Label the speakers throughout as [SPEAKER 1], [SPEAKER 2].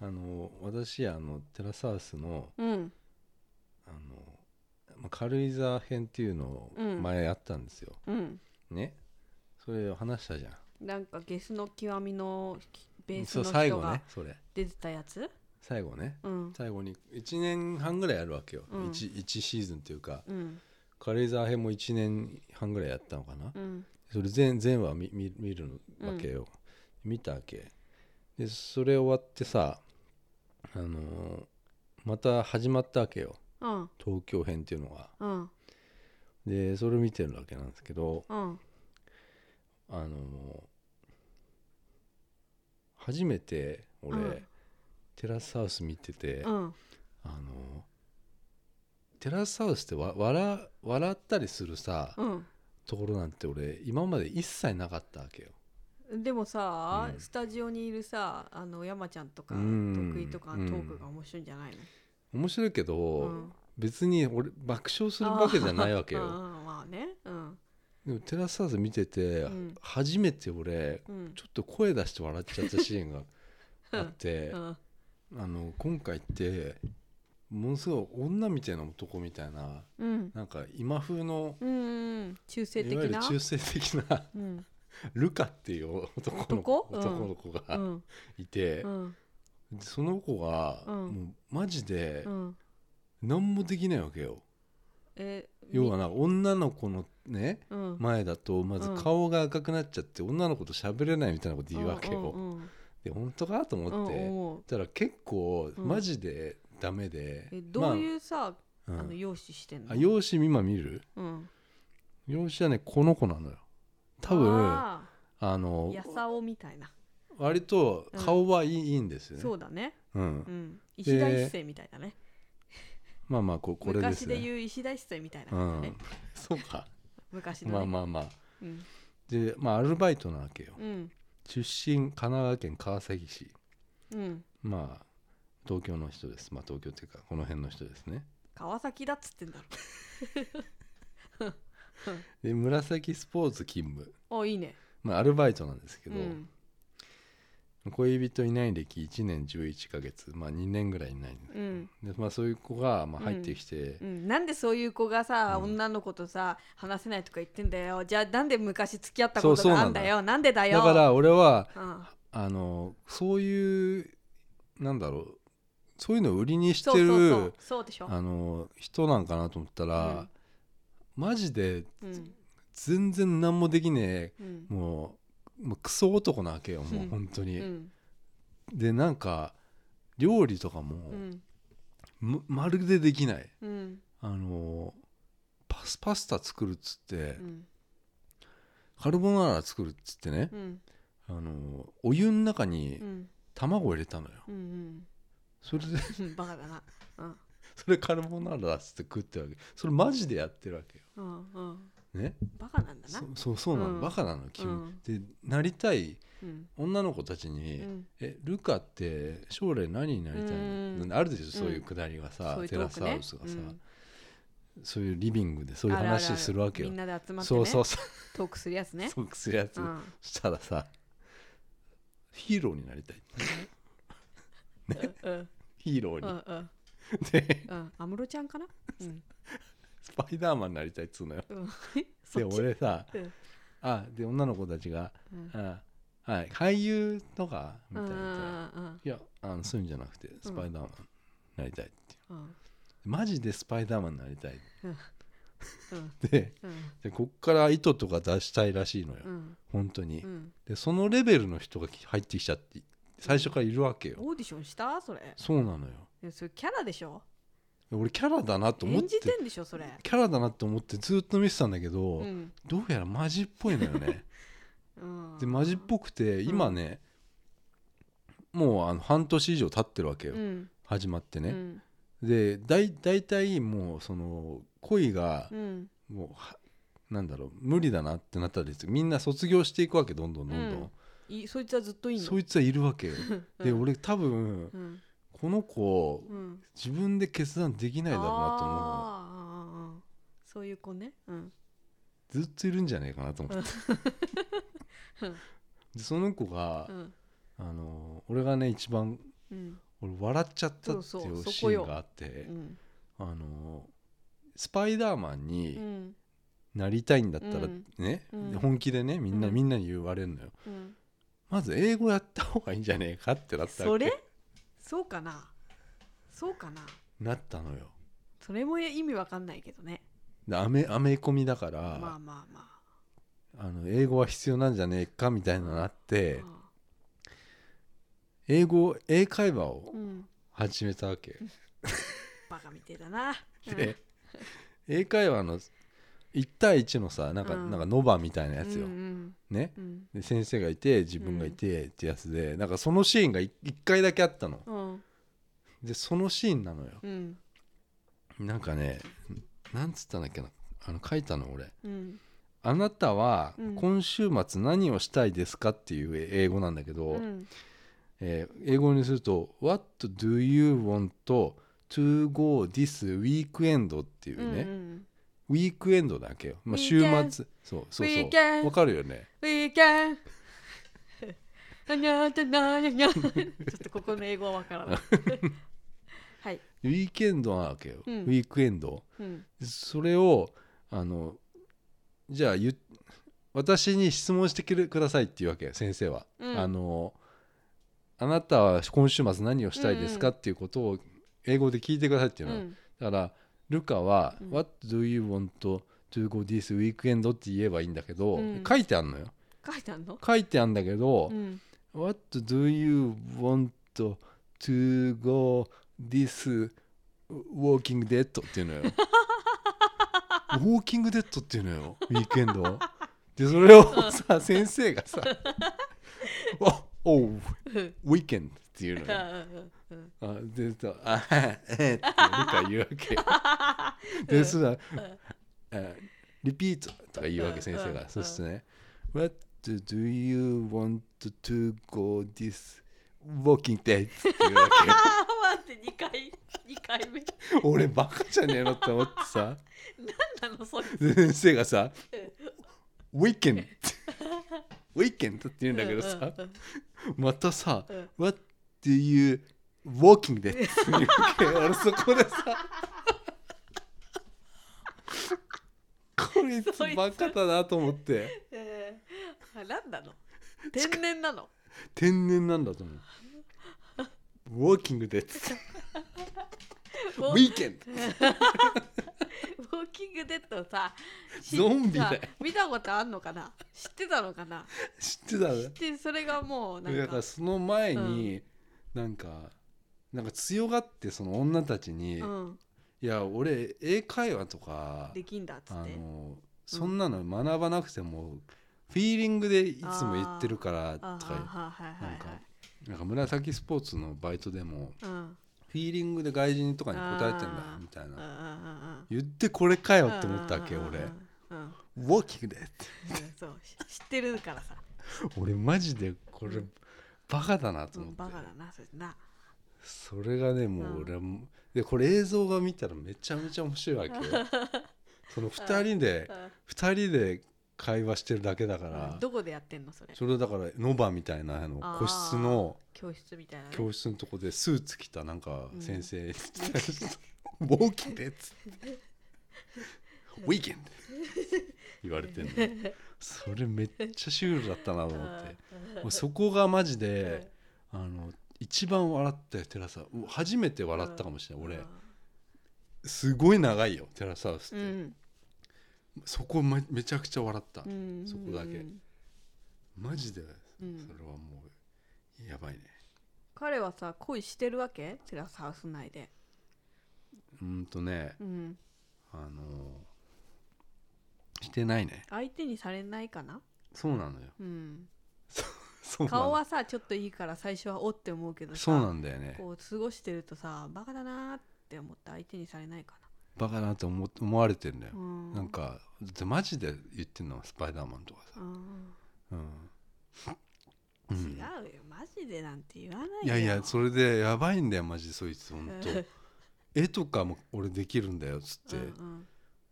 [SPEAKER 1] あの私あのテラサウスの
[SPEAKER 2] うん
[SPEAKER 1] あの、まあ、軽井沢編っていうのを
[SPEAKER 2] うん
[SPEAKER 1] 前やったんですよ、
[SPEAKER 2] うん
[SPEAKER 1] ねそれを話したじゃん
[SPEAKER 2] なんかゲスの極みのベース
[SPEAKER 1] そう
[SPEAKER 2] の
[SPEAKER 1] 最
[SPEAKER 2] 人
[SPEAKER 1] 後ね
[SPEAKER 2] が
[SPEAKER 1] それ
[SPEAKER 2] 出てたやつ
[SPEAKER 1] 最後ね
[SPEAKER 2] うん
[SPEAKER 1] 最後に1年半ぐらいやるわけよ、
[SPEAKER 2] う
[SPEAKER 1] 一
[SPEAKER 2] ん
[SPEAKER 1] 1, シーズンっていうか
[SPEAKER 2] うん
[SPEAKER 1] 軽井沢編も1年半ぐらいやったのかな、
[SPEAKER 2] うん
[SPEAKER 1] それ全全話見見見るわけよ、見たわけでそれ終わってさあのーまた始まったわけよ
[SPEAKER 2] うん
[SPEAKER 1] 東京編っていうのが
[SPEAKER 2] うん
[SPEAKER 1] でそれを見てるわけなんですけど
[SPEAKER 2] うん
[SPEAKER 1] あのー初めて俺、
[SPEAKER 2] うん
[SPEAKER 1] テラスハウス見てて、
[SPEAKER 2] うん
[SPEAKER 1] あのーテラスハウスってわ笑笑ったりするさ、
[SPEAKER 2] うん
[SPEAKER 1] ところなんて俺今まで一切なかったわけよ
[SPEAKER 2] でもさ、
[SPEAKER 1] うん
[SPEAKER 2] スタジオにいるさあの山ちゃんとか
[SPEAKER 1] うん
[SPEAKER 2] 徳井とかのトークが面白いんじゃないの、
[SPEAKER 1] 面白いけど、
[SPEAKER 2] うん、
[SPEAKER 1] 別に俺爆笑するわけじゃないわけ
[SPEAKER 2] あー
[SPEAKER 1] よ
[SPEAKER 2] うんまあねうん
[SPEAKER 1] でもテラスハウス見てて、
[SPEAKER 2] うん
[SPEAKER 1] 初めて俺
[SPEAKER 2] うん
[SPEAKER 1] ちょっと声出して笑っちゃったシーンがあって
[SPEAKER 2] う、ん
[SPEAKER 1] あの今回ってものすごい女みたいな男みたいな
[SPEAKER 2] うん
[SPEAKER 1] なんか今風の
[SPEAKER 2] うんうん中
[SPEAKER 1] い
[SPEAKER 2] 性的
[SPEAKER 1] わゆる
[SPEAKER 2] な
[SPEAKER 1] 中性的な
[SPEAKER 2] うん
[SPEAKER 1] ルカっていう男の
[SPEAKER 2] 男うん
[SPEAKER 1] 男の子
[SPEAKER 2] う
[SPEAKER 1] が
[SPEAKER 2] ん
[SPEAKER 1] いて、
[SPEAKER 2] うん
[SPEAKER 1] その子が
[SPEAKER 2] うん
[SPEAKER 1] もうマジで
[SPEAKER 2] うん
[SPEAKER 1] 何もできないわけよ。
[SPEAKER 2] え
[SPEAKER 1] 要はなんか女の子のね
[SPEAKER 2] うん
[SPEAKER 1] 前だとまず
[SPEAKER 2] うん
[SPEAKER 1] 顔が赤くなっちゃって女の子と喋れないみたいなこと言うわけよ。
[SPEAKER 2] うんうん
[SPEAKER 1] で本当かと
[SPEAKER 2] うん
[SPEAKER 1] 思っ
[SPEAKER 2] うん
[SPEAKER 1] て
[SPEAKER 2] 思う
[SPEAKER 1] たら結構
[SPEAKER 2] うん
[SPEAKER 1] マジでダメで、
[SPEAKER 2] えどう
[SPEAKER 1] う、
[SPEAKER 2] いうさ、
[SPEAKER 1] まあ
[SPEAKER 2] あ
[SPEAKER 1] う
[SPEAKER 2] の
[SPEAKER 1] ん
[SPEAKER 2] 容姿してんの
[SPEAKER 1] あ容姿今見る
[SPEAKER 2] うん
[SPEAKER 1] 容姿はねこの子なのよ多分あ
[SPEAKER 2] あー
[SPEAKER 1] の
[SPEAKER 2] やさおみたいな
[SPEAKER 1] 割と顔はいい,、ん、ですよね
[SPEAKER 2] そうだね
[SPEAKER 1] うん
[SPEAKER 2] う、ん石田一生みたいだね
[SPEAKER 1] まあまあここれです
[SPEAKER 2] 昔
[SPEAKER 1] ね
[SPEAKER 2] で言う石田一生みたい
[SPEAKER 1] う
[SPEAKER 2] な感じ ね
[SPEAKER 1] ん、そうか
[SPEAKER 2] 昔のね
[SPEAKER 1] まあまあまあ
[SPEAKER 2] うん
[SPEAKER 1] でまあアルバイトなわけよ
[SPEAKER 2] うん
[SPEAKER 1] 出身神奈川県川崎市
[SPEAKER 2] うん
[SPEAKER 1] まあ東京の人ですまあ東京っていうかこの辺の人ですね
[SPEAKER 2] 川崎だっつってんだ
[SPEAKER 1] で紫スポーツ勤務
[SPEAKER 2] ろあいいね
[SPEAKER 1] まあアルバイトなんですけ
[SPEAKER 2] う
[SPEAKER 1] ど、
[SPEAKER 2] ん
[SPEAKER 1] 恋人いない歴1年11ヶ月まあ2年ぐらいいないんだけど、
[SPEAKER 2] うん
[SPEAKER 1] でまあ、そういう子がまあ
[SPEAKER 2] うん
[SPEAKER 1] 入ってきて
[SPEAKER 2] う、ん、なんでそういう子がさ、
[SPEAKER 1] うん
[SPEAKER 2] 女の子とさ話せないとか言ってんだよじゃあなんで昔付き合った
[SPEAKER 1] そ
[SPEAKER 2] こ
[SPEAKER 1] う
[SPEAKER 2] と
[SPEAKER 1] そう
[SPEAKER 2] が
[SPEAKER 1] な
[SPEAKER 2] あ
[SPEAKER 1] ん
[SPEAKER 2] ん
[SPEAKER 1] だ
[SPEAKER 2] だよなんでだよ
[SPEAKER 1] だから俺は
[SPEAKER 2] うん、
[SPEAKER 1] あのそういうなんだろうそういうのを売りにして
[SPEAKER 2] そう
[SPEAKER 1] る
[SPEAKER 2] そうそうそうでしょ、
[SPEAKER 1] あの人なんかなと思ったら、マジで
[SPEAKER 2] うん
[SPEAKER 1] 全然何もできね
[SPEAKER 2] うん
[SPEAKER 1] えもうもうクソ男なわけよも
[SPEAKER 2] う
[SPEAKER 1] うん本当に。
[SPEAKER 2] うん
[SPEAKER 1] でなんか料理とかも、
[SPEAKER 2] うん
[SPEAKER 1] むまるでできない。
[SPEAKER 2] うん
[SPEAKER 1] あのパスパスタ作るっつって、
[SPEAKER 2] うん
[SPEAKER 1] カルボナーラ作るっつってね
[SPEAKER 2] う、ん
[SPEAKER 1] あのお湯の中に
[SPEAKER 2] うん
[SPEAKER 1] 卵を入れたのよ、
[SPEAKER 2] うん
[SPEAKER 1] それで
[SPEAKER 2] うんバカだなうん
[SPEAKER 1] それカルボナーラだっつって食ってるわけそれマジでやってるわけよ
[SPEAKER 2] うんうん
[SPEAKER 1] ね
[SPEAKER 2] バカなんだな
[SPEAKER 1] そそうそうなの、
[SPEAKER 2] うん
[SPEAKER 1] バカなの君、
[SPEAKER 2] うん
[SPEAKER 1] でなりたい
[SPEAKER 2] うん
[SPEAKER 1] 女の子たちに「
[SPEAKER 2] うん
[SPEAKER 1] えルカって将来何になりたいの
[SPEAKER 2] うん
[SPEAKER 1] あるでしょそういうくだりがさ、
[SPEAKER 2] そういう
[SPEAKER 1] テ
[SPEAKER 2] ト
[SPEAKER 1] ラ
[SPEAKER 2] ーク
[SPEAKER 1] スハ
[SPEAKER 2] ね
[SPEAKER 1] ウスが
[SPEAKER 2] う
[SPEAKER 1] さ、
[SPEAKER 2] ん
[SPEAKER 1] そういうリビングでそういう
[SPEAKER 2] あるあるある
[SPEAKER 1] 話するわけよ
[SPEAKER 2] みんなで集まって
[SPEAKER 1] そ
[SPEAKER 2] ね
[SPEAKER 1] うそうそう
[SPEAKER 2] トークするやつね
[SPEAKER 1] そうするやつ、
[SPEAKER 2] うん
[SPEAKER 1] したらさヒーローになりたい
[SPEAKER 2] うん
[SPEAKER 1] ヒーロー
[SPEAKER 2] う
[SPEAKER 1] に、
[SPEAKER 2] んうん
[SPEAKER 1] で
[SPEAKER 2] うん安室ちゃんかなうん
[SPEAKER 1] スパイダーマンになりたいっつうのよ
[SPEAKER 2] うんそ
[SPEAKER 1] で
[SPEAKER 2] っち
[SPEAKER 1] 俺さ
[SPEAKER 2] うん
[SPEAKER 1] あで女の子たちが
[SPEAKER 2] うん
[SPEAKER 1] 「あはい俳優とか?」み
[SPEAKER 2] う
[SPEAKER 1] たい
[SPEAKER 2] ん
[SPEAKER 1] な言っ
[SPEAKER 2] う
[SPEAKER 1] たら
[SPEAKER 2] んうん
[SPEAKER 1] いやあのそういうんじゃなくてスパイダーマンになりたい」っていう
[SPEAKER 2] うん
[SPEAKER 1] マジでスパイダーマンになりたい
[SPEAKER 2] うん
[SPEAKER 1] で
[SPEAKER 2] うん
[SPEAKER 1] でこっから糸とか出したいらしいのよ、
[SPEAKER 2] うん
[SPEAKER 1] 本当に、
[SPEAKER 2] うん
[SPEAKER 1] でそのレベルの人が入ってきちゃって最初からいるわけよ、
[SPEAKER 2] オーディションしたそれ
[SPEAKER 1] そうなのよ
[SPEAKER 2] いやそれキャラでしょ
[SPEAKER 1] 俺キャラだなと思って
[SPEAKER 2] 演じてんでしょそれ
[SPEAKER 1] キャラだなと思ってずっと見てたんだけど、
[SPEAKER 2] うん
[SPEAKER 1] どうやらマジっぽいのよね
[SPEAKER 2] うん
[SPEAKER 1] でマジっぽくて今ね、もうあの半年以上経ってるわけよ、
[SPEAKER 2] うん
[SPEAKER 1] 始まって
[SPEAKER 2] う
[SPEAKER 1] ね、
[SPEAKER 2] ん
[SPEAKER 1] でだい大体もうその恋が
[SPEAKER 2] うん
[SPEAKER 1] もうはなんだろう無理だなってなったりみんな卒業していくわけどんどんどんどん、
[SPEAKER 2] いそいつはずっといいの
[SPEAKER 1] そいつはいるわけよで
[SPEAKER 2] うん
[SPEAKER 1] 俺多分
[SPEAKER 2] うん
[SPEAKER 1] この子
[SPEAKER 2] うん
[SPEAKER 1] 自分で決断できないだろうなと思
[SPEAKER 2] あーうんうんうんそういう子ねうん
[SPEAKER 1] うずっといるんじゃないかなと思ってでその子が、
[SPEAKER 2] うん
[SPEAKER 1] あの俺がね一番
[SPEAKER 2] うん
[SPEAKER 1] 俺笑っちゃったっていうシ
[SPEAKER 2] そうそうそこ
[SPEAKER 1] ー
[SPEAKER 2] よ
[SPEAKER 1] ンがあって
[SPEAKER 2] うん
[SPEAKER 1] あのスパイダーマン
[SPEAKER 2] う
[SPEAKER 1] に
[SPEAKER 2] ん
[SPEAKER 1] なりたいんだったら
[SPEAKER 2] うん
[SPEAKER 1] ね、
[SPEAKER 2] うん
[SPEAKER 1] 本気でねみんな、
[SPEAKER 2] うん
[SPEAKER 1] みんなに言われるのよ
[SPEAKER 2] うん
[SPEAKER 1] まず英語やった方がいいんじゃねえかってなったわ
[SPEAKER 2] そ
[SPEAKER 1] け
[SPEAKER 2] れそうかなそうかな
[SPEAKER 1] なったのよ
[SPEAKER 2] それも意味わかんないけどね
[SPEAKER 1] でアメアメ込みだから、
[SPEAKER 2] まあまあま
[SPEAKER 1] あの英語は必要なんじゃねえかみたいなのがあっ
[SPEAKER 2] あ
[SPEAKER 1] て、英語英会話を
[SPEAKER 2] うん
[SPEAKER 1] 始めたわけ、
[SPEAKER 2] バカみてえだな
[SPEAKER 1] で英会話の1対1のさなんか、
[SPEAKER 2] うん
[SPEAKER 1] なんかノバみたいなやつよ、
[SPEAKER 2] うんうん
[SPEAKER 1] ね
[SPEAKER 2] うん
[SPEAKER 1] で先生がいて自分がいてってやつで、なんかそのシーンが1回だけあったの
[SPEAKER 2] うん
[SPEAKER 1] でそのシーンなのよ
[SPEAKER 2] うん
[SPEAKER 1] なんかねなんつったんだっけなあの書いたの俺
[SPEAKER 2] うん
[SPEAKER 1] 「あなたは
[SPEAKER 2] うん
[SPEAKER 1] 今週末何をしたいですか?」っていう英語なんだけど、
[SPEAKER 2] うん
[SPEAKER 1] えー英語にすると「What do you want to go this weekend?」っていうね、
[SPEAKER 2] うん
[SPEAKER 1] ウィークエンドだけよ、まあ、週
[SPEAKER 2] Weekend
[SPEAKER 1] 末そうそうそう
[SPEAKER 2] Weekend
[SPEAKER 1] わかるよね
[SPEAKER 2] ウィーケンなにゃーてなにゃにゃちょっとここの英語はわからないはい
[SPEAKER 1] ウィーケンドなわけよ、
[SPEAKER 2] うん
[SPEAKER 1] ウィークエンド
[SPEAKER 2] うん
[SPEAKER 1] それをあのじゃあゆ私に質問してくれくださいっていうわけ先生は、
[SPEAKER 2] うん
[SPEAKER 1] あのあなたは今週末何をしたいですか
[SPEAKER 2] う
[SPEAKER 1] っていうことを英語で聞いてくださいっていううの、
[SPEAKER 2] ん
[SPEAKER 1] だからルカは、
[SPEAKER 2] うん
[SPEAKER 1] What do you want to go this weekend?」って言えばいいんだけど、
[SPEAKER 2] うん
[SPEAKER 1] 書いてあんのよ
[SPEAKER 2] 書いてあんの
[SPEAKER 1] 書いてあんだけど、
[SPEAKER 2] うん
[SPEAKER 1] What do you want to go this walking dead? ってい うのよ。walking dead っていうのよ、ウィークエンド。で、それをさ、先生がさ、 お、おう、ウィーケンドっていうのよ。
[SPEAKER 2] うん
[SPEAKER 1] あで、そうあええって、ルカ言うわけ。で、そうだ、えリピートとか言うわ
[SPEAKER 2] う
[SPEAKER 1] け、
[SPEAKER 2] ん
[SPEAKER 1] 先生
[SPEAKER 2] う
[SPEAKER 1] が。
[SPEAKER 2] ん
[SPEAKER 1] そしてね、What do you want to go this walking day? って言うわ
[SPEAKER 2] あー待って2回二回目
[SPEAKER 1] け。俺、バカじゃねえのって思ってさ、
[SPEAKER 2] 何なのそれ
[SPEAKER 1] 先生がさ、
[SPEAKER 2] だ
[SPEAKER 1] Weekend! Weekend って言うんだけどさ、またさ、What do you walking day? って言うわけ。俺、そこでさ、こいつバカだなと思って。
[SPEAKER 2] えー、あ何なの天然なの
[SPEAKER 1] 天然なんだと思う。ウォーキングでっつって、
[SPEAKER 2] ウ
[SPEAKER 1] ウ
[SPEAKER 2] ォ
[SPEAKER 1] ィーケンド
[SPEAKER 2] ウォーキングデッドをさし
[SPEAKER 1] ゾンビだよ
[SPEAKER 2] さ見たことあんのかな知ってたのかな
[SPEAKER 1] 知ってた
[SPEAKER 2] 知ってそれがもうなん
[SPEAKER 1] ね。だ
[SPEAKER 2] か
[SPEAKER 1] からその前に、なんか、なんか強がってその女たちに、
[SPEAKER 2] うん、
[SPEAKER 1] いや、俺、英会話とか、
[SPEAKER 2] できんだっつっ
[SPEAKER 1] あ
[SPEAKER 2] て
[SPEAKER 1] の、そんなの学ばなくても、フィーリングでいつも言ってるからと
[SPEAKER 2] あ
[SPEAKER 1] か
[SPEAKER 2] ーはいはいは
[SPEAKER 1] なん
[SPEAKER 2] いは
[SPEAKER 1] か
[SPEAKER 2] い
[SPEAKER 1] 言う、なんか紫スポーツのバイトでも、
[SPEAKER 2] うんうん
[SPEAKER 1] フィーリングで外人とかに答えてんだ
[SPEAKER 2] あー
[SPEAKER 1] みたい
[SPEAKER 2] うん
[SPEAKER 1] な。
[SPEAKER 2] うん
[SPEAKER 1] 言ってこれかよ
[SPEAKER 2] うん
[SPEAKER 1] って思ったわけ、
[SPEAKER 2] うんうん
[SPEAKER 1] 俺
[SPEAKER 2] う。んうん
[SPEAKER 1] ウォーキングでって。
[SPEAKER 2] そうし知ってるからさ、
[SPEAKER 1] 俺マジでこ
[SPEAKER 2] う
[SPEAKER 1] れ
[SPEAKER 2] ん
[SPEAKER 1] バカだなと
[SPEAKER 2] う
[SPEAKER 1] 思っ
[SPEAKER 2] ん、
[SPEAKER 1] て、
[SPEAKER 2] バカだなそれな
[SPEAKER 1] それがねもう
[SPEAKER 2] う
[SPEAKER 1] ん俺はもう、でこれ映像が見たらめちゃめちゃ面白いわけ よその2人で2人で会話してるだけだか
[SPEAKER 2] うん
[SPEAKER 1] ら
[SPEAKER 2] どこでやってんのそれ
[SPEAKER 1] それだからノバみたいなあの
[SPEAKER 2] あー
[SPEAKER 1] 個室の
[SPEAKER 2] 教室みたいなね、
[SPEAKER 1] 教室のとこでスーツ着たなんか
[SPEAKER 2] うん
[SPEAKER 1] 先生、 ウォーキングでっつってウィーケンド言われてんのそれめっちゃシュールだったなと思ってもうそこがマジで、あの一番笑ったよテラサウス初めて笑ったかもしれない、俺すごい長いよテラサウスって、
[SPEAKER 2] うん
[SPEAKER 1] そこめめちゃくちゃ笑った、
[SPEAKER 2] うん、
[SPEAKER 1] そこだけ
[SPEAKER 2] うん
[SPEAKER 1] マジでそ
[SPEAKER 2] うん
[SPEAKER 1] れはもうやばいね
[SPEAKER 2] 彼はさ恋してるわけテラスハウス内で、
[SPEAKER 1] うーんとね
[SPEAKER 2] うん、
[SPEAKER 1] あのしてないね
[SPEAKER 2] 相手にされないかな、
[SPEAKER 1] そうなのよ
[SPEAKER 2] うん、
[SPEAKER 1] そうなの
[SPEAKER 2] 顔はさちょっといいから最初はおって思うけどさ
[SPEAKER 1] そうなんだよね
[SPEAKER 2] こう過ごしてるとさバカだなーって思って相手にされないか
[SPEAKER 1] バカだなって思思われてんだよ
[SPEAKER 2] な、う、ん、
[SPEAKER 1] なんかだってマジで言ってんのはスパイダーマンとかさ、
[SPEAKER 2] うん
[SPEAKER 1] うんう
[SPEAKER 2] 違
[SPEAKER 1] ん
[SPEAKER 2] うよマジでなんて言わないよ
[SPEAKER 1] いやいやそれでやばいんだよマジそいつほんと絵とかも俺できるんだよっつって、
[SPEAKER 2] うんうん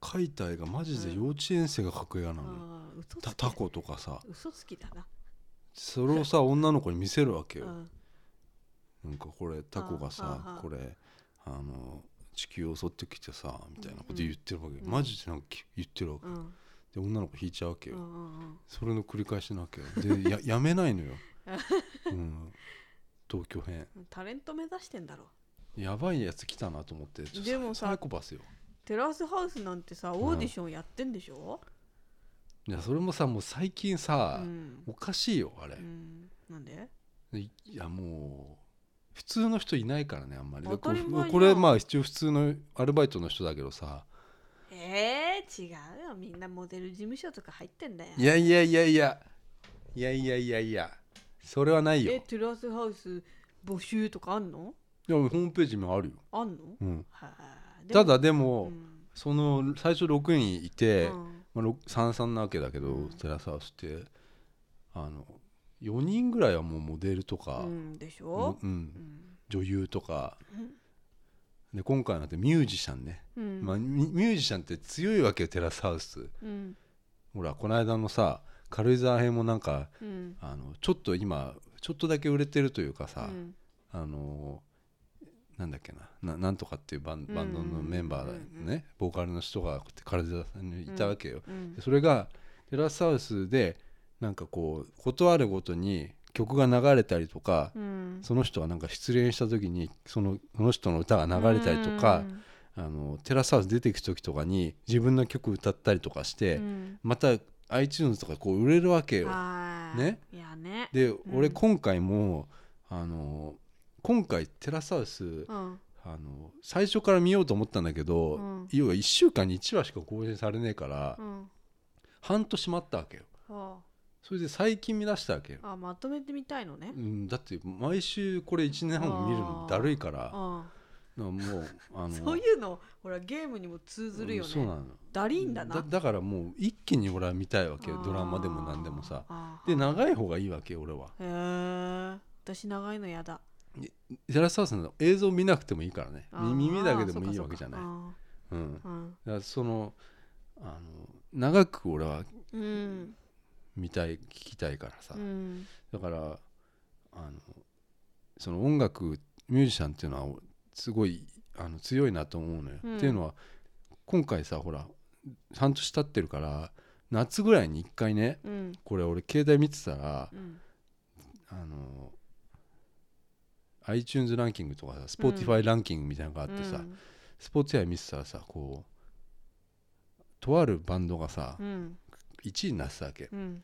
[SPEAKER 1] 描いた絵がマジで幼稚園生が描く絵画なのよ、
[SPEAKER 2] あー嘘つ
[SPEAKER 1] た
[SPEAKER 2] き
[SPEAKER 1] タコとかさ
[SPEAKER 2] 嘘つきだな
[SPEAKER 1] それをさ女の子に見せるわけ
[SPEAKER 2] う
[SPEAKER 1] よ、
[SPEAKER 2] ん
[SPEAKER 1] なんかこれタコが
[SPEAKER 2] はあは
[SPEAKER 1] さ
[SPEAKER 2] あ
[SPEAKER 1] これあの地球を襲ってきてさみたいなこと言ってるわけ、
[SPEAKER 2] うん
[SPEAKER 1] マジでなんか言ってるわけ、
[SPEAKER 2] うんうん
[SPEAKER 1] で女の子引いちゃうわけ
[SPEAKER 2] う
[SPEAKER 1] よ、
[SPEAKER 2] んうん
[SPEAKER 1] それの繰り返しなわけよでや やめない のよ、うん、東京編
[SPEAKER 2] タレント目指してんだろ
[SPEAKER 1] やばいやつ来たなと思ってちょ
[SPEAKER 2] でもさ
[SPEAKER 1] サイコパスよ
[SPEAKER 2] テラスハウスなんてさオーディションやってんでしょ、
[SPEAKER 1] いやそれもさもう最近
[SPEAKER 2] う
[SPEAKER 1] さ、
[SPEAKER 2] ん
[SPEAKER 1] おかしいよあれ
[SPEAKER 2] う、ん、なんで
[SPEAKER 1] でいやもう普通の人いないからねあんまりで
[SPEAKER 2] 当たり前じゃん
[SPEAKER 1] ここれまあ一応普通のアルバイトの人だけどさ
[SPEAKER 2] えー、違うよみんなモデル事務所とか入ってんだよ
[SPEAKER 1] いやいやいやいやいやいやいやいやそれはないよい
[SPEAKER 2] え
[SPEAKER 1] や
[SPEAKER 2] テラスハウス募集とかあんの
[SPEAKER 1] ホームページにもあるよ、
[SPEAKER 2] あんの
[SPEAKER 1] うん、
[SPEAKER 2] はあでも
[SPEAKER 1] ただでも、
[SPEAKER 2] うん
[SPEAKER 1] その最初6人いて、
[SPEAKER 2] うん
[SPEAKER 1] まあ、ろ三々なわけだけど、
[SPEAKER 2] うん
[SPEAKER 1] テラスハウスってあの4人ぐらいはもうモデルとか、
[SPEAKER 2] うん、でし
[SPEAKER 1] も
[SPEAKER 2] ょ、
[SPEAKER 1] ううん
[SPEAKER 2] うん
[SPEAKER 1] 女優とかで今回なんてミュージシャンね、
[SPEAKER 2] うん
[SPEAKER 1] まあ、ミミュージシャンって強いわけよテラスハウス
[SPEAKER 2] うん
[SPEAKER 1] ほらこの間のさ軽井沢編もなんか
[SPEAKER 2] うん
[SPEAKER 1] あのちょっと今ちょっとだけ売れてるというか
[SPEAKER 2] う
[SPEAKER 1] さ、
[SPEAKER 2] ん
[SPEAKER 1] あのなんだっけなななんとかっていうバンバンドのメンバーだよね、
[SPEAKER 2] うんうんうんうん
[SPEAKER 1] ボーカルの人がこうやって軽井沢さんにいたわけよ、
[SPEAKER 2] うん
[SPEAKER 1] でそれがテラスハウスでなんかこう事あるごとに曲が流れたりとか、
[SPEAKER 2] うん
[SPEAKER 1] その人がなんか失恋した時にそのその人の歌が流れたりとか、あのテラスハウス出てく時とかに自分の曲歌ったりとかして、
[SPEAKER 2] うん
[SPEAKER 1] また iTunes とかこう売れるわけよ。
[SPEAKER 2] はーい
[SPEAKER 1] ね
[SPEAKER 2] いやね
[SPEAKER 1] で、
[SPEAKER 2] ん
[SPEAKER 1] 俺今回もあの今回テラスハウス
[SPEAKER 2] うん
[SPEAKER 1] あの最初から見ようと思ったんだけど、
[SPEAKER 2] うん
[SPEAKER 1] 要は1週間に1話しか更新されねえから、
[SPEAKER 2] うん
[SPEAKER 1] 半年待ったわけよ。
[SPEAKER 2] は
[SPEAKER 1] それで最近見出したわけよ、
[SPEAKER 2] ああまとめてみたいのね
[SPEAKER 1] うん、だって毎週これ1年半も見るのだるいから
[SPEAKER 2] あ
[SPEAKER 1] なんかもうあの
[SPEAKER 2] そういうのほらゲームにも通ずるよ
[SPEAKER 1] うんそうな
[SPEAKER 2] ね
[SPEAKER 1] の
[SPEAKER 2] ダリンだな
[SPEAKER 1] だだからもう一気に俺は見たいわけよ
[SPEAKER 2] あー
[SPEAKER 1] ドラマでも何でもさ
[SPEAKER 2] あー
[SPEAKER 1] で長い方がいいわけよ俺は
[SPEAKER 2] へー私長いのやだ
[SPEAKER 1] テラスハウスの映像見なくてもいいからね
[SPEAKER 2] あー
[SPEAKER 1] み耳だけで
[SPEAKER 2] そう
[SPEAKER 1] も
[SPEAKER 2] か
[SPEAKER 1] いい
[SPEAKER 2] そう
[SPEAKER 1] わ
[SPEAKER 2] か
[SPEAKER 1] けじゃない
[SPEAKER 2] あ
[SPEAKER 1] うん、だ
[SPEAKER 2] ーうん
[SPEAKER 1] からそのあの長く俺は
[SPEAKER 2] うん
[SPEAKER 1] 見たい聞きたいからさ、
[SPEAKER 2] うん
[SPEAKER 1] だからあのその音楽ミュージシャンっていうのはすごいあの強いなと思うのよ。
[SPEAKER 2] うん
[SPEAKER 1] っていうのは今回さほら半年経ってるから夏ぐらいに一回ね
[SPEAKER 2] うん
[SPEAKER 1] これ俺携帯見てたら
[SPEAKER 2] うん
[SPEAKER 1] あの iTunes ランキングとかさ Spotify ランキングみたいなのがあってさ、Spotify 見てたらさこうとあるバンドがさ
[SPEAKER 2] うん
[SPEAKER 1] 1位になってたわけ
[SPEAKER 2] うん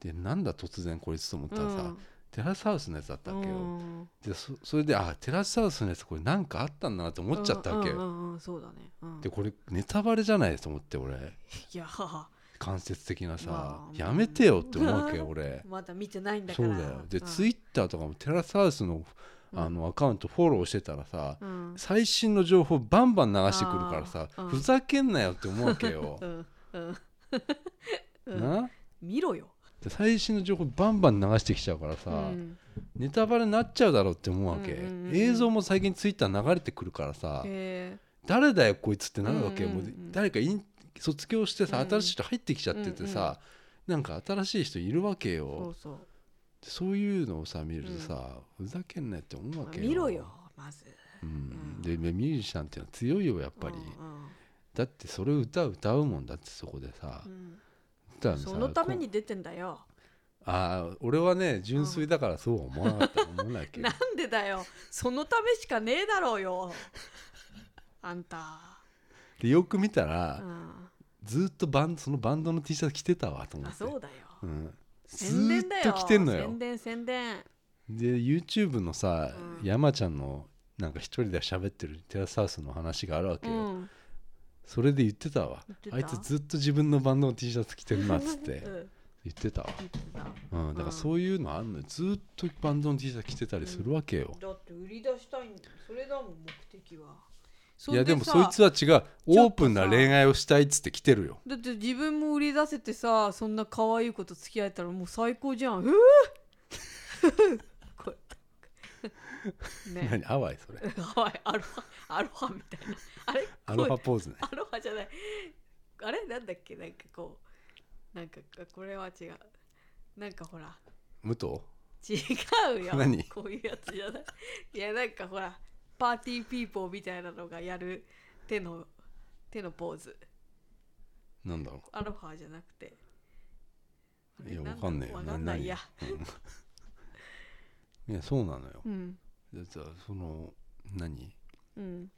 [SPEAKER 1] でなんだ突然こいつと思った
[SPEAKER 2] う
[SPEAKER 1] ら
[SPEAKER 2] ん
[SPEAKER 1] さ、テラスハウスのやつだったわけよ。
[SPEAKER 2] うん
[SPEAKER 1] でそそれであテラスハウスのやつこれなんかあったんだなと思っちゃったわけよ、
[SPEAKER 2] うんうんうんうんそうだね、うん、
[SPEAKER 1] でこれネタバレじゃないと思って俺
[SPEAKER 2] いや
[SPEAKER 1] 間接的なさ、
[SPEAKER 2] まあ
[SPEAKER 1] やめてよって思うわけよ
[SPEAKER 2] うん
[SPEAKER 1] 俺
[SPEAKER 2] まだ見てないんだか
[SPEAKER 1] そう
[SPEAKER 2] ら
[SPEAKER 1] だよで、
[SPEAKER 2] うん
[SPEAKER 1] ツイッターとかもテラスハウスのあのアカウントフォローしてたらさ、
[SPEAKER 2] うん
[SPEAKER 1] 最新の情報バンバン流してくるからさ、
[SPEAKER 2] あーうん
[SPEAKER 1] ふざけんなよって思うわけよ
[SPEAKER 2] うんうん うん
[SPEAKER 1] な
[SPEAKER 2] 見ろよ
[SPEAKER 1] で最新の情報バンバン流してきちゃうからさ、
[SPEAKER 2] うん
[SPEAKER 1] ネタバレになっちゃうだろうって思うわけ、
[SPEAKER 2] うんうんうん
[SPEAKER 1] 映像も最近ツイッター流れてくるからさ、
[SPEAKER 2] へ
[SPEAKER 1] 誰だよこいつってなるわけよ、
[SPEAKER 2] うんうんうん
[SPEAKER 1] もう誰かイン卒業してさ
[SPEAKER 2] うん
[SPEAKER 1] 新しい人入ってきちゃっててさ、なんか新しい人いるわけ
[SPEAKER 2] ーそ
[SPEAKER 1] よ
[SPEAKER 2] うそう、
[SPEAKER 1] そういうのをさ見るとさ、ふざけんなよって思うわ
[SPEAKER 2] まあ
[SPEAKER 1] けよ
[SPEAKER 2] 見ろよ、まず
[SPEAKER 1] うん
[SPEAKER 2] うん
[SPEAKER 1] でミュージシャンっていうのは強いよやっぱり、
[SPEAKER 2] うん
[SPEAKER 1] だってそれを歌う歌うもんだってそこでさ
[SPEAKER 2] う、ん
[SPEAKER 1] 歌
[SPEAKER 2] う
[SPEAKER 1] うんさ
[SPEAKER 2] そのために出てんだよ
[SPEAKER 1] こああ俺はね純粋だからそうは思わなかった、思わないけど
[SPEAKER 2] なんでだよそのためしかねえだろう よあんた、
[SPEAKER 1] でよく見た
[SPEAKER 2] う
[SPEAKER 1] ら、
[SPEAKER 2] ん、
[SPEAKER 1] ずっとバンそのバンドの T シャツ着てたわと思
[SPEAKER 2] あ
[SPEAKER 1] って
[SPEAKER 2] そうだよ
[SPEAKER 1] うん、
[SPEAKER 2] 宣伝だよ
[SPEAKER 1] ずーっと着てんのよ
[SPEAKER 2] 宣伝宣伝
[SPEAKER 1] で YouTube のさ、
[SPEAKER 2] うん
[SPEAKER 1] 山ちゃんのなんか一人で喋ってるテラスハウスの話があるわけ
[SPEAKER 2] う
[SPEAKER 1] よ、
[SPEAKER 2] ん
[SPEAKER 1] それで言ってたわ
[SPEAKER 2] 言ってた
[SPEAKER 1] あいつずっと自分のバンドの T シャツ着てるなっつって
[SPEAKER 2] うん
[SPEAKER 1] 言ってたわ、
[SPEAKER 2] 言ってた
[SPEAKER 1] うん、だからそういうのあんのよずっとバンドの T シャツ着てたりするわけよ、
[SPEAKER 2] だって売り出したいんだよそれだもん目的はそ
[SPEAKER 1] いや
[SPEAKER 2] んで
[SPEAKER 1] で
[SPEAKER 2] さ
[SPEAKER 1] もそいつは違うオープンな恋愛をしたいっつって着てるよ
[SPEAKER 2] だって自分も売り出せてさそんな可愛い子と付き合えたらもう最高じゃ んうぅこうね
[SPEAKER 1] 何ハワイそれ
[SPEAKER 2] 可愛いアロハアロハみたいなあれ
[SPEAKER 1] アロ
[SPEAKER 2] こ
[SPEAKER 1] ハポーズね
[SPEAKER 2] うアロハじゃないあれなんだっけなんかこうなんかこれは違うなんかほら
[SPEAKER 1] 武藤
[SPEAKER 2] 違うよ
[SPEAKER 1] 何
[SPEAKER 2] こういうやつじゃないいやなんかほらパーティーピーポーみたいなのがやる手の手のポーズ
[SPEAKER 1] なんだろ
[SPEAKER 2] アロハじゃなくてあれ
[SPEAKER 1] いや
[SPEAKER 2] だ
[SPEAKER 1] わかんないよ
[SPEAKER 2] わかんないや
[SPEAKER 1] ういやそうなのよ
[SPEAKER 2] うん
[SPEAKER 1] だってさその何
[SPEAKER 2] うん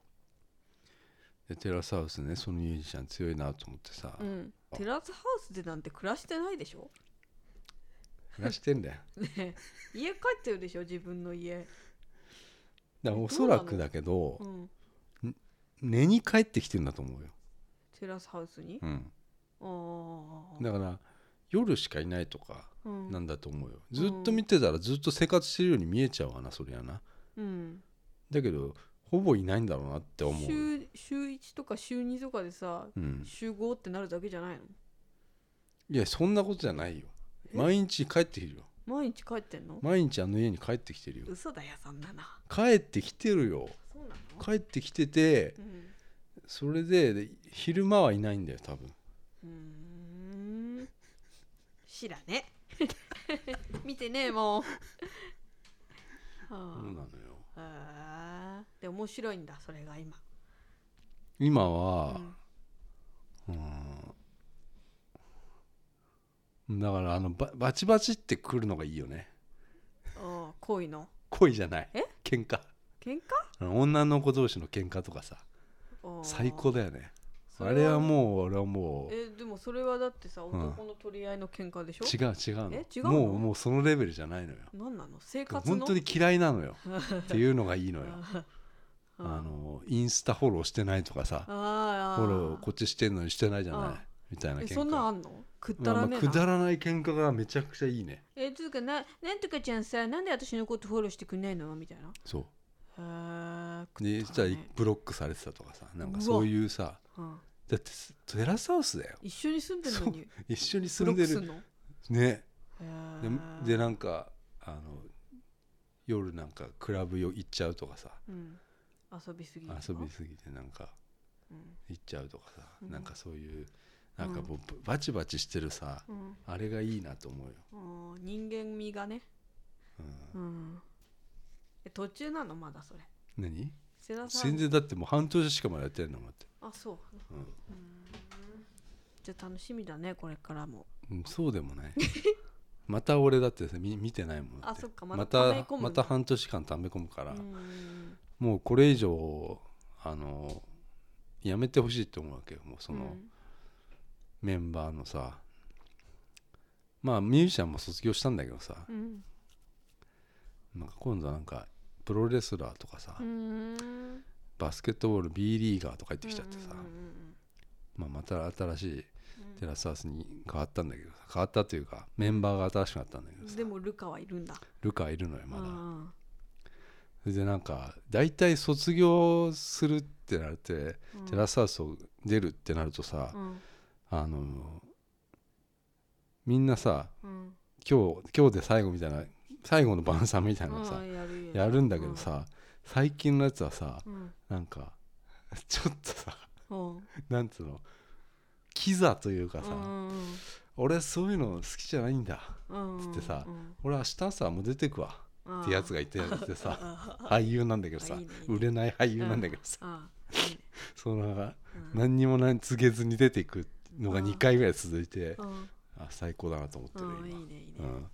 [SPEAKER 1] でテラスハウスねそのミュージシャン強いなと思ってさ、
[SPEAKER 2] うんテラスハウスでなんて暮らしてないでしょ
[SPEAKER 1] 暮らしてんだよ
[SPEAKER 2] ねえ家帰ってるでしょ自分の家
[SPEAKER 1] だからおそらくだけど
[SPEAKER 2] うん
[SPEAKER 1] 寝に帰ってきてんだと思うよ、
[SPEAKER 2] テラスハウスに
[SPEAKER 1] うん、
[SPEAKER 2] ああ
[SPEAKER 1] だから夜しかいないとか
[SPEAKER 2] うん
[SPEAKER 1] なんだと思うよずっと見てたらずっと生活してるように見えちゃうわなそりゃな
[SPEAKER 2] うん
[SPEAKER 1] だけどほぼいないんだろうなって思うよ、
[SPEAKER 2] 週週1とか週2とかでさ
[SPEAKER 1] うん、
[SPEAKER 2] 週5ってなるだけじゃないの
[SPEAKER 1] いやそんなことじゃないよ毎日帰ってきてるよ
[SPEAKER 2] 毎日帰ってんの
[SPEAKER 1] 毎日あの家に帰ってきてるよ
[SPEAKER 2] 嘘だよそんなの
[SPEAKER 1] 帰ってきてるよ
[SPEAKER 2] そうなの
[SPEAKER 1] 帰ってきてて
[SPEAKER 2] うん
[SPEAKER 1] それでで昼間はいないんだよ多分
[SPEAKER 2] うーん知ら ね見てねえもんは
[SPEAKER 1] そうなのよ
[SPEAKER 2] あへえで面白いんだそれが今
[SPEAKER 1] 今
[SPEAKER 2] う
[SPEAKER 1] は、
[SPEAKER 2] ん
[SPEAKER 1] うんだからあのババチバチってくるのがいいよね
[SPEAKER 2] ああ恋の
[SPEAKER 1] 恋じゃない
[SPEAKER 2] え
[SPEAKER 1] 喧嘩
[SPEAKER 2] 喧嘩
[SPEAKER 1] あの女の子同士の喧嘩とかさ
[SPEAKER 2] ああ
[SPEAKER 1] 最高だよね
[SPEAKER 2] そ
[SPEAKER 1] あれはもう俺はもう
[SPEAKER 2] えでもそれはだってさ
[SPEAKER 1] うん
[SPEAKER 2] 男の取り合いの喧嘩でしょ、
[SPEAKER 1] 違う違うの
[SPEAKER 2] え違うの
[SPEAKER 1] もうもうそのレベルじゃないのよ
[SPEAKER 2] なんなの生活の
[SPEAKER 1] 本当に嫌いなの よっていうのがいいのよ
[SPEAKER 2] あ
[SPEAKER 1] あのインスタフォローしてないとかさ
[SPEAKER 2] ああ
[SPEAKER 1] フォローこっちしてんのにしてないじゃ
[SPEAKER 2] あ
[SPEAKER 1] な
[SPEAKER 2] あ
[SPEAKER 1] いみたいな
[SPEAKER 2] え
[SPEAKER 1] 喧嘩
[SPEAKER 2] そんなんあんのくった
[SPEAKER 1] ま
[SPEAKER 2] ら
[SPEAKER 1] あ
[SPEAKER 2] ね
[SPEAKER 1] まあ
[SPEAKER 2] え
[SPEAKER 1] く
[SPEAKER 2] な、
[SPEAKER 1] だらない喧嘩がめちゃくちゃいいね
[SPEAKER 2] えつうかななんとかちゃんさなんで私のことフォローしてくんないのみたいな
[SPEAKER 1] そう
[SPEAKER 2] へえく
[SPEAKER 1] で
[SPEAKER 2] っ
[SPEAKER 1] したた
[SPEAKER 2] ら
[SPEAKER 1] ら
[SPEAKER 2] ね
[SPEAKER 1] ブロックされてたとかさなんか
[SPEAKER 2] うわ
[SPEAKER 1] そういうさ
[SPEAKER 2] うん
[SPEAKER 1] だってすテラスハウスだよ
[SPEAKER 2] 一緒に住んでるのに
[SPEAKER 1] 一緒に
[SPEAKER 2] ブ
[SPEAKER 1] 住
[SPEAKER 2] ロ
[SPEAKER 1] ん
[SPEAKER 2] ック
[SPEAKER 1] でする
[SPEAKER 2] んの
[SPEAKER 1] ね
[SPEAKER 2] へ
[SPEAKER 1] で
[SPEAKER 2] ー
[SPEAKER 1] でなんかあの夜なんかクラブよ行っちゃうとかさ
[SPEAKER 2] うん、遊びすぎ
[SPEAKER 1] 遊びすぎてなんか
[SPEAKER 2] うん
[SPEAKER 1] 行っちゃうとかさ、
[SPEAKER 2] うん
[SPEAKER 1] なんかそういうなんかもううバチバチしてるさ、
[SPEAKER 2] うん
[SPEAKER 1] あれがいいなと思うよ、
[SPEAKER 2] うん、人間味がね、
[SPEAKER 1] うん
[SPEAKER 2] うん、え途中なのまだそれ
[SPEAKER 1] 何
[SPEAKER 2] 世田さん
[SPEAKER 1] 全然だってもう半年しかまだやってんのもんだって、
[SPEAKER 2] あそう
[SPEAKER 1] うん
[SPEAKER 2] じゃあ楽しみだねこれからも
[SPEAKER 1] うん、そうでも ないまた俺だってさ見見てないもんだて
[SPEAKER 2] あそっかま
[SPEAKER 1] ま
[SPEAKER 2] た溜め
[SPEAKER 1] た
[SPEAKER 2] 込むんだ
[SPEAKER 1] また半年間溜め込むから、
[SPEAKER 2] うん
[SPEAKER 1] もうこれ以上あのやめてほしいって思うわけよもうその、
[SPEAKER 2] うん
[SPEAKER 1] メンバーのさまあミュージシャンも卒業したんだけどさ、
[SPEAKER 2] うん
[SPEAKER 1] なんか今度はなんかプロレスラーとかさ、
[SPEAKER 2] うん
[SPEAKER 1] バスケットボール B リーガーとか入ってきちゃってさ、
[SPEAKER 2] うんうん
[SPEAKER 1] まあ、また新しい
[SPEAKER 2] うん
[SPEAKER 1] テラスハウスに変わったんだけどさ変わったというかメンバーが新しくなったんだけ
[SPEAKER 2] う
[SPEAKER 1] ど
[SPEAKER 2] ん
[SPEAKER 1] さ
[SPEAKER 2] でもルカはいるんだ
[SPEAKER 1] ルカいるのよまだ、
[SPEAKER 2] うん
[SPEAKER 1] それでなんか大体卒業するってなって、
[SPEAKER 2] うん
[SPEAKER 1] テラスハウスを出るってなるとさ、
[SPEAKER 2] うん
[SPEAKER 1] あのみんなさ
[SPEAKER 2] うん
[SPEAKER 1] 今日今日で最後みたいな最後の晩餐みたいなのさ、
[SPEAKER 2] うんやるよ
[SPEAKER 1] やるんだけどさ、最近のやつはさ
[SPEAKER 2] うん
[SPEAKER 1] なんか ちょっとさ
[SPEAKER 2] うん
[SPEAKER 1] なんつうのキザというかさ、
[SPEAKER 2] うん
[SPEAKER 1] 俺そういうの好きじゃないんだ
[SPEAKER 2] うん
[SPEAKER 1] つってさ
[SPEAKER 2] うん
[SPEAKER 1] 俺明日朝もう出てくわ
[SPEAKER 2] うん
[SPEAKER 1] ってやつがいてでさ
[SPEAKER 2] ああ
[SPEAKER 1] 俳優なんだけどさ
[SPEAKER 2] あいいねいいね
[SPEAKER 1] 売れない俳優なんだけどさ、
[SPEAKER 2] あ
[SPEAKER 1] そのなんか
[SPEAKER 2] あ
[SPEAKER 1] 何にも何告げずに出ていくのが
[SPEAKER 2] うん
[SPEAKER 1] 2回ぐらい続いて、
[SPEAKER 2] うん
[SPEAKER 1] あ最高だなと思ってる
[SPEAKER 2] うんうんいい
[SPEAKER 1] 今、
[SPEAKER 2] ねいいね
[SPEAKER 1] うん